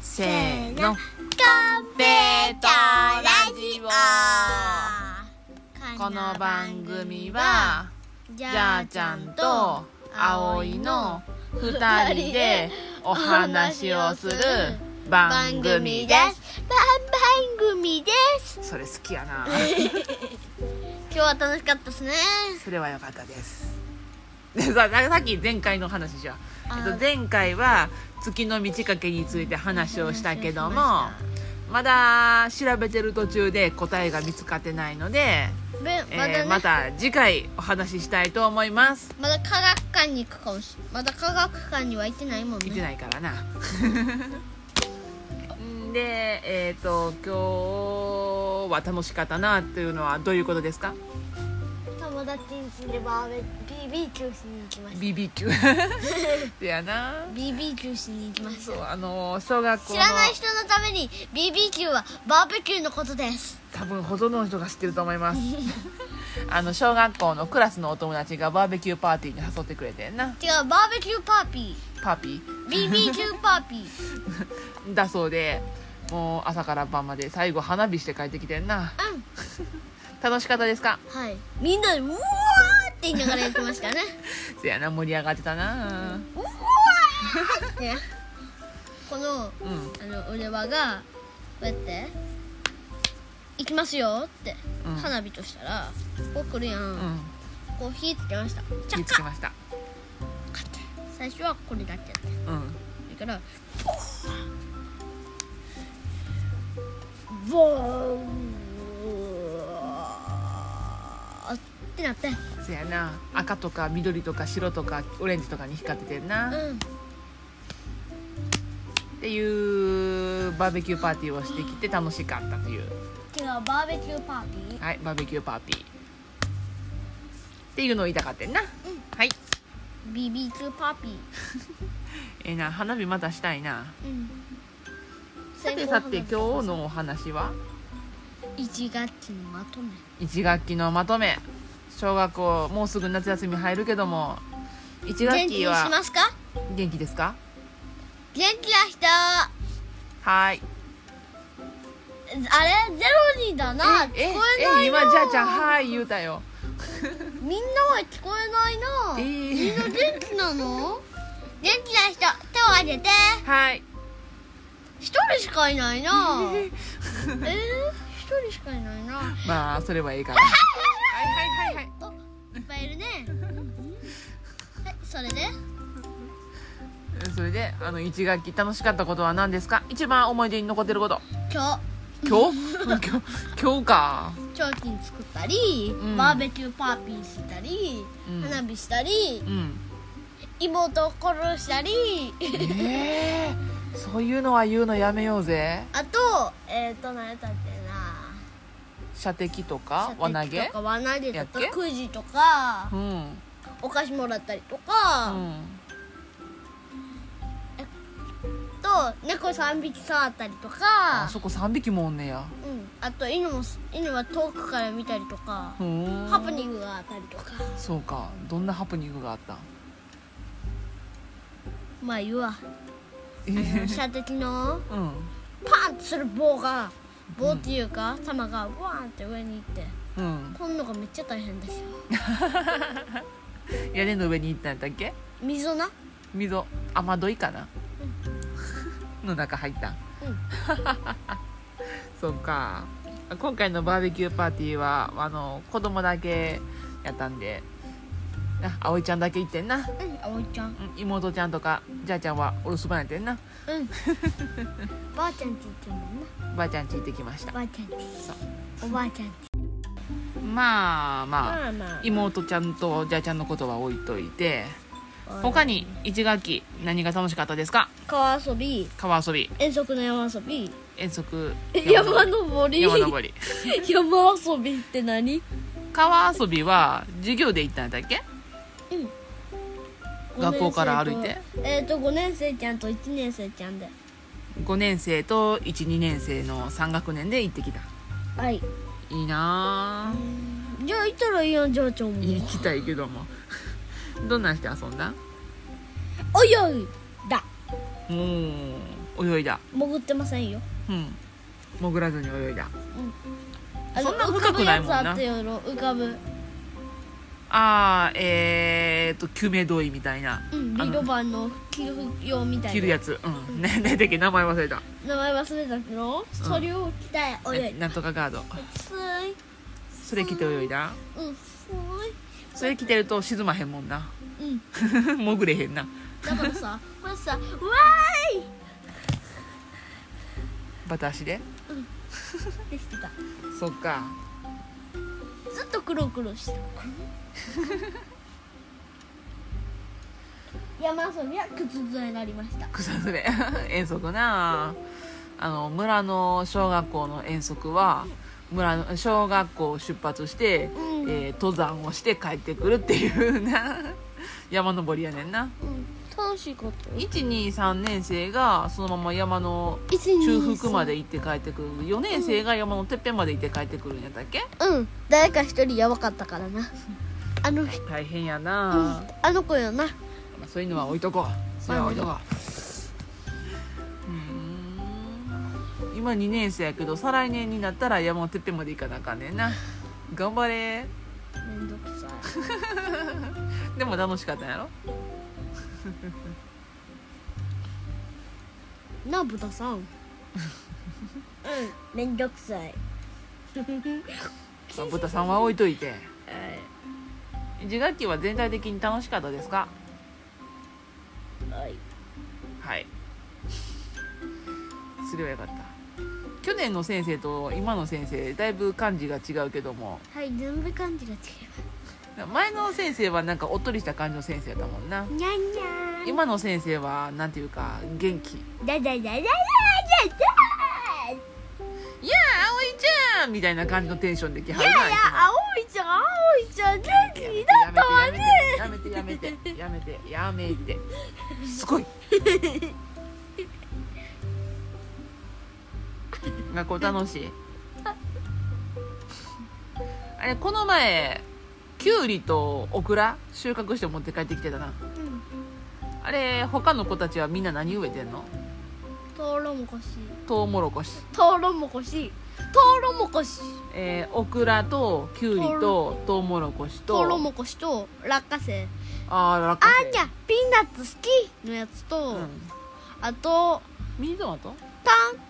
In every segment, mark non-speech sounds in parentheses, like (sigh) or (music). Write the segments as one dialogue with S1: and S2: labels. S1: せーの
S2: カンペ
S1: ートラジ
S2: オ
S1: この番組は
S2: じ
S1: じゃあちゃんと葵の2人で (laughs) お話をする番組です
S2: 番番組です
S1: それ好きやな (laughs)
S2: 今日は楽しかったですね
S1: それは良かったです (laughs) でささっき前回の話じゃ、
S2: あ
S1: えっと、前回は月の満ち欠けについて話をしたけども
S2: 話をし
S1: まだ調べてる途中で答えが見つかってないので、
S2: べ
S1: えー
S2: まだね、
S1: また次回お話ししたいと思います
S2: まだ科学館に行くかもしまだ科学館には行ってないもんね
S1: 見てないからなん (laughs) でえっ、と今日は楽しかったなっていうのはどういうことですか
S2: 友達ん家でバーベ BBQ しに行き
S1: (laughs)
S2: ま
S1: BBQ でやな
S2: BBQ しに行きまし
S1: そう
S2: た
S1: あの小学校
S2: 知
S1: の
S2: らない人のために BBQ はバーベキューのこ
S1: (laughs)
S2: とです
S1: 多分ほとんどの人が知ってると思いますあの小学校のクラスのお友達がバーベキューパーティーに誘ってくれてんな
S2: 違うバーベキューパーピ
S1: パピ
S2: ー BBQ パーピー
S1: ーだそうでもう朝から晩まで最後花火して帰ってきてんな
S2: うん
S1: 楽しかったですか
S2: はいみんなでうわーって言いながらやってましたね
S1: せやな盛り上がってたな
S2: うわーねこの
S1: うん
S2: あの俺はがこうやって「行きますよ」って、
S1: うん
S2: 花火としたらこう来るやん、
S1: うん
S2: こう火つけましたチャ
S1: 見
S2: ッ
S1: つけ
S2: カ
S1: ました
S2: って最初はこれだけやって
S1: うん
S2: だからボーンってなって
S1: せやな赤とか緑とか白とかオレンジとかに光っててんな、っ
S2: うん
S1: ていうバーベキューパーティーをしてきて楽しかったという
S2: 違うバーベキューパーティー
S1: はい、バーベキューパーティー。っていうのを言いたかったな。はい。
S2: BBQ パーティー
S1: えーな、花火またしたいな。
S2: うん
S1: さてさて、今日のお話は
S2: 1学期のまとめ
S1: 一学期のまとめ。小学校、もうすぐ夏休み入るけども。一学
S2: 元気に
S1: 期
S2: し
S1: は
S2: ますか
S1: 元気ですか。
S2: 元気な人あ
S1: はーい。
S2: れゼロ人だな聞こ
S1: え、え
S2: えな、いな
S1: 今じゃあちゃん、はーい言うたよ。
S2: みんなは聞こえないな
S1: え
S2: みんな
S1: ー、
S2: 元気なの元気な人手を挙げて
S1: はい。
S2: 一人しかいないな
S1: (laughs)
S2: えー、一人しかいないなは
S1: まあ、それはいいかな。はいはいはいはい。
S2: いっぱいいるねはいそれで
S1: それで、あの一学期楽しかったことは何ですか。一番思い出に残ってること。
S2: 今日
S1: 今 (laughs) 日今日今日か
S2: 提灯作ったり、
S1: ん
S2: バーベキューパーティーしたり、
S1: うん
S2: 花火したり
S1: うん
S2: 妹を殺したり
S1: ええそういうのは言うのやめようぜ
S2: (laughs) あとえっ、と何やったっけ
S1: 射的とか輪
S2: な
S1: 投
S2: 射的
S1: げ
S2: とか輪投
S1: や
S2: げ
S1: っ
S2: と
S1: け
S2: かくじとか
S1: うん
S2: お菓子もらったりと
S1: う
S2: か、
S1: ん
S2: と猫3匹触ったりと
S1: あ
S2: か
S1: そこ3匹もおんねや
S2: うん、あと犬も犬は遠くから見たりとか、
S1: ふーん
S2: ハプニングがあったりとか
S1: そうかどんなハプニングがあったん
S2: まあ言うわ射的の
S1: うん
S2: パンってする棒が棒っていうか、玉がワーンって上に行って
S1: うん
S2: こんのがめっちゃ大変ですよ
S1: 屋根の上に行ったんやったっけ
S2: 溝な
S1: 溝雨どいかな、 (laughs) の中入ったん
S2: うん
S1: そうか今回のバーベキューパーティーはあの子供だけやったんであ葵ちゃんだけ行ってんな
S2: うん葵ちゃん
S1: うん妹ちゃんとかじゃあちゃんはお留守番やってんな
S2: うん
S1: (laughs)
S2: ばあちゃんって言ってるもんな
S1: ばあちゃんち行ってきました
S2: ばあちゃんって
S1: そう
S2: おばあちゃんって
S1: まあまあ
S2: あま
S1: 妹ちゃんとじゃあちゃんのことは置いといて他に1学期何が楽しかったですか
S2: 川遊び
S1: 川遊び
S2: 遠足の山遊び
S1: 遠足
S2: 山登り
S1: 山登り
S2: (laughs) 山遊びって何
S1: 川遊びは授業で行ったんだっけ学校から歩いて
S2: えっ、と5年生ちゃんと1年生ちゃんで
S1: 5年生と12年生の3学年で行ってきた
S2: はい
S1: いいなあ
S2: じゃあ行ったらいいやんじゃあちゃんも
S1: 行きたいけども (laughs) どんなんして遊んだ
S2: おいおいだ
S1: もう泳いだ
S2: 潜ってませんよ
S1: うん潜らずに泳いだ
S2: あ
S1: そんな
S2: 浮
S1: 深
S2: かぶ
S1: くないも
S2: や
S1: ん
S2: つ
S1: な
S2: あったよ浮かぶ
S1: ああえー、っと救命胴衣みたいな
S2: うん
S1: あの
S2: リドバンの着る用みたいな
S1: 着るやつうんねねてけ名前忘れた
S2: 名前忘れたけど、それを着たい泳い
S1: なんとかガード
S2: すーい
S1: それ着て泳いだ
S2: うんす
S1: それ着てると沈まへんもんな (laughs)
S2: ーいうん
S1: 潜れへんな
S2: だか
S1: (laughs)
S2: らさこれさ「わーい!
S1: バタ足で」
S2: ってしてた
S1: そっか
S2: ずっとクロクロ
S1: (laughs)
S2: してた山遊びは靴ずになりました
S1: 草それ (laughs) 遠足なあの村の小学校の遠足は村の小学校を出発して、
S2: うん
S1: えー登山をして帰ってくるっていうな (laughs) 山登りやねんな
S2: うん楽しかったよ
S1: 123年生がそのまま山の
S2: 1
S1: 中腹まで行って帰ってくる4年生が山のてっぺんまで行って帰ってくるんやったっけ
S2: うん誰か一人やばかったからなあの人
S1: 大変や
S2: う
S1: な、
S2: んあの子よな
S1: まあそういうのは置いとこうそれは置いとこううーん今2年生やけど再来年になったら山のてっぺんまで行かなあかんねんな頑張れ
S2: めんどくさい
S1: でも楽しかったんやろ
S2: なあ豚さんうんめんどくさい
S1: まあ豚さんは置いといて1学期は全体的に楽しかったですか
S2: はい
S1: はいすればよかった去年の先生と今の先生だいぶ漢字が違うけども
S2: はい全部漢字が違い
S1: 前の先生はなんかおっとりした感じの先生だもんな
S2: ますにゃんにゃん
S1: 今の先生はなんていうか元気
S2: だだだだだだだ
S1: 「いやあ葵ちゃん!」みたいな感じのテンションで来は
S2: だい
S1: る
S2: やい
S1: な
S2: や
S1: い
S2: 葵ちゃん葵ちゃん元気だったわね
S1: つもやめてやめてやめてやめてやめてやめてすごい学校楽しいあれこの前きゅうりとオクラ収穫して持って帰ってきてたな
S2: うん
S1: あれ他の子たちはみんな何植えてんの
S2: とうろもこし
S1: トウモロコシ
S2: とうろもこしとうろもこし
S1: えーオクラとキュウリとトウモロコシと
S2: とうろもこしと落花生
S1: あー落
S2: あ
S1: 花
S2: ん
S1: 生
S2: じゃんピーナッツ好きのやつと、
S1: うん
S2: あと
S1: ミニトマト
S2: タン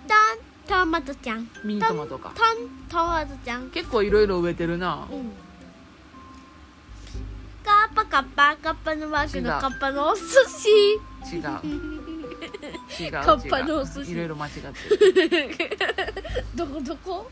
S2: タントマトちゃん
S1: ミニトマトか
S2: タントマトちゃん
S1: 結構いろいろ植えてるな
S2: うんカッパカッパカッパのマーク
S1: 違
S2: の
S1: う
S2: カッパのお寿司
S1: 違 (laughs) う違う違う
S2: カッパのお寿司
S1: いろいろ間違ってる
S2: どこどこ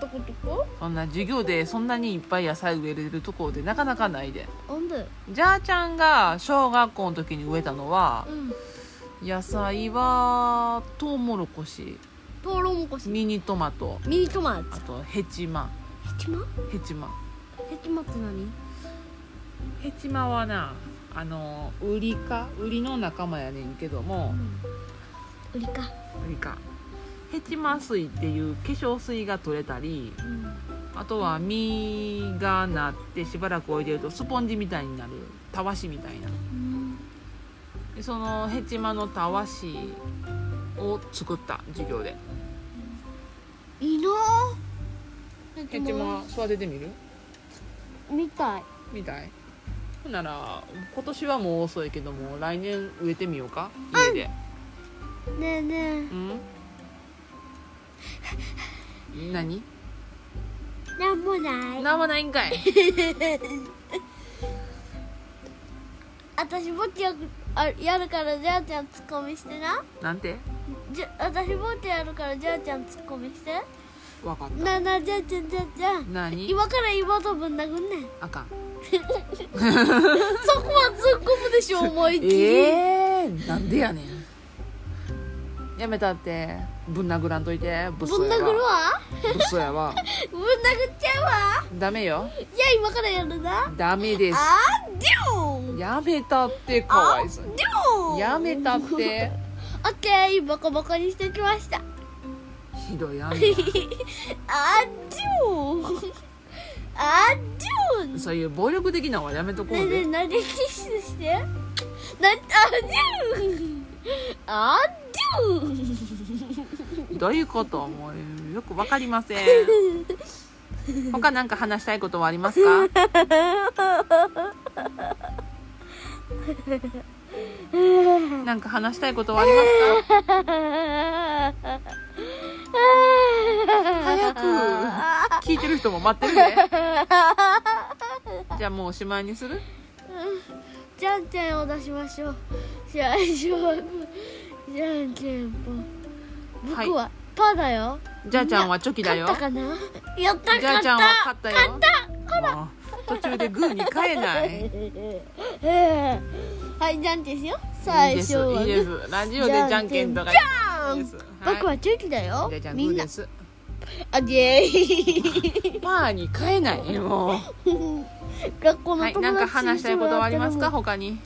S2: どこどこ
S1: そんな授業でそんなにいっぱい野菜植えれるとこでなかなかないで
S2: あんだよ
S1: じゃあちゃんが小学校の時に植えたのは
S2: うん
S1: 野菜はトウモロコシ
S2: とうろもこしミ
S1: ミニトマト
S2: ニトマト
S1: あとヘチマ
S2: ヘチマ
S1: ヘチマ
S2: ヘチマって何
S1: ヘチマはなあのウリかウリの仲間やねんけども
S2: ウリか
S1: ウリかヘチマ水っていう化粧水が取れたり
S2: うん
S1: あとは実がなってしばらく置いてるとスポンジみたいになるたわしみたいな
S2: うん
S1: でそのヘチマのたわしを作った授業で
S2: いいなぁ
S1: ヘチマ育ててみる
S2: みたい
S1: みたいほんなら今年はもう遅いけども来年植えてみようか家で
S2: ねえね
S1: うん何
S2: えなんもない
S1: なんもないんかい
S2: 私ぼっちやくあやるからじゃあちゃんツッコミしてな
S1: なんて
S2: じゃ私ぼっちやるからじゃあちゃんツッコミして
S1: わかった
S2: なあなあじゃあちゃんじゃあちゃん
S1: 何
S2: 今から妹ぶん殴んねん
S1: あかん
S2: そこはツッコむでしょ思いっきり、
S1: えー、なんでやねんやめたってぶん殴らんといてぶっ
S2: ぶ
S1: そ
S2: ん
S1: や
S2: 殴る
S1: わ
S2: わ
S1: ぶっそやわ
S2: ぶん殴っちゃうわ
S1: ダメよ
S2: じゃあ今からやるな
S1: ダメです
S2: あーデュー
S1: やめたってかわいそうに
S2: デュー
S1: やめたって
S2: オッケーボコボコにしてきました
S1: ひどいやめ
S2: あーデューあーデュー
S1: そういう暴力的なのはやめとこ
S2: ねえ
S1: う
S2: ねえ
S1: ね
S2: 何キスしてなあデューあっどう
S1: どういうこともうよくわかりません他なんか話したいことはありますかなんか話したいことはありますか
S2: 早
S1: く聞いてる人も待ってるねじゃあもうおしまいにする
S2: じゃんけんを出しましょう最初はじゃんけんぽん
S1: はい
S2: 僕はパーだよ
S1: じゃあちゃんはチョキだよ
S2: 勝ったかなやった
S1: じゃあちゃんは勝ったよ
S2: 勝った
S1: もう途中でグーに変えない
S2: (laughs) はい、じゃんけんしよう。最
S1: いいです
S2: 初はグ
S1: い
S2: ー
S1: いですラジオでじゃんけんとかいいですはい
S2: 僕はチョキだよ
S1: じゃあちゃ。んグ
S2: み
S1: ー
S2: んな
S1: で、す
S2: あげ
S1: (laughs)
S2: ー。
S1: パーに変えないもう
S2: 学校の
S1: は
S2: 友
S1: い、
S2: 達
S1: なんか話したいことはありますか
S2: に
S1: 他に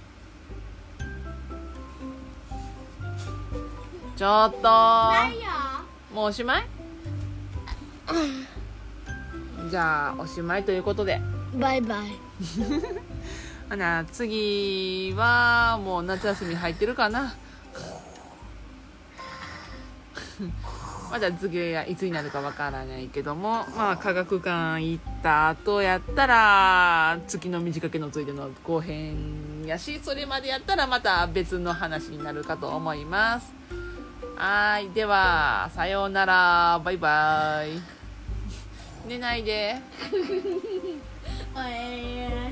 S1: ちょっと
S2: しても
S1: もうおしまいじゃあおしまいということで
S2: らってもバイバイ。
S1: ほな次はもう夏休み入ってるかな (laughs) まだ次はいつになるかわからないけどもまあ科学館行った後やったら月の短けのついでの後編やしそれまでやったらまた別の話になるかと思いますはーいではさようならバイバイ寝ないで
S2: おえー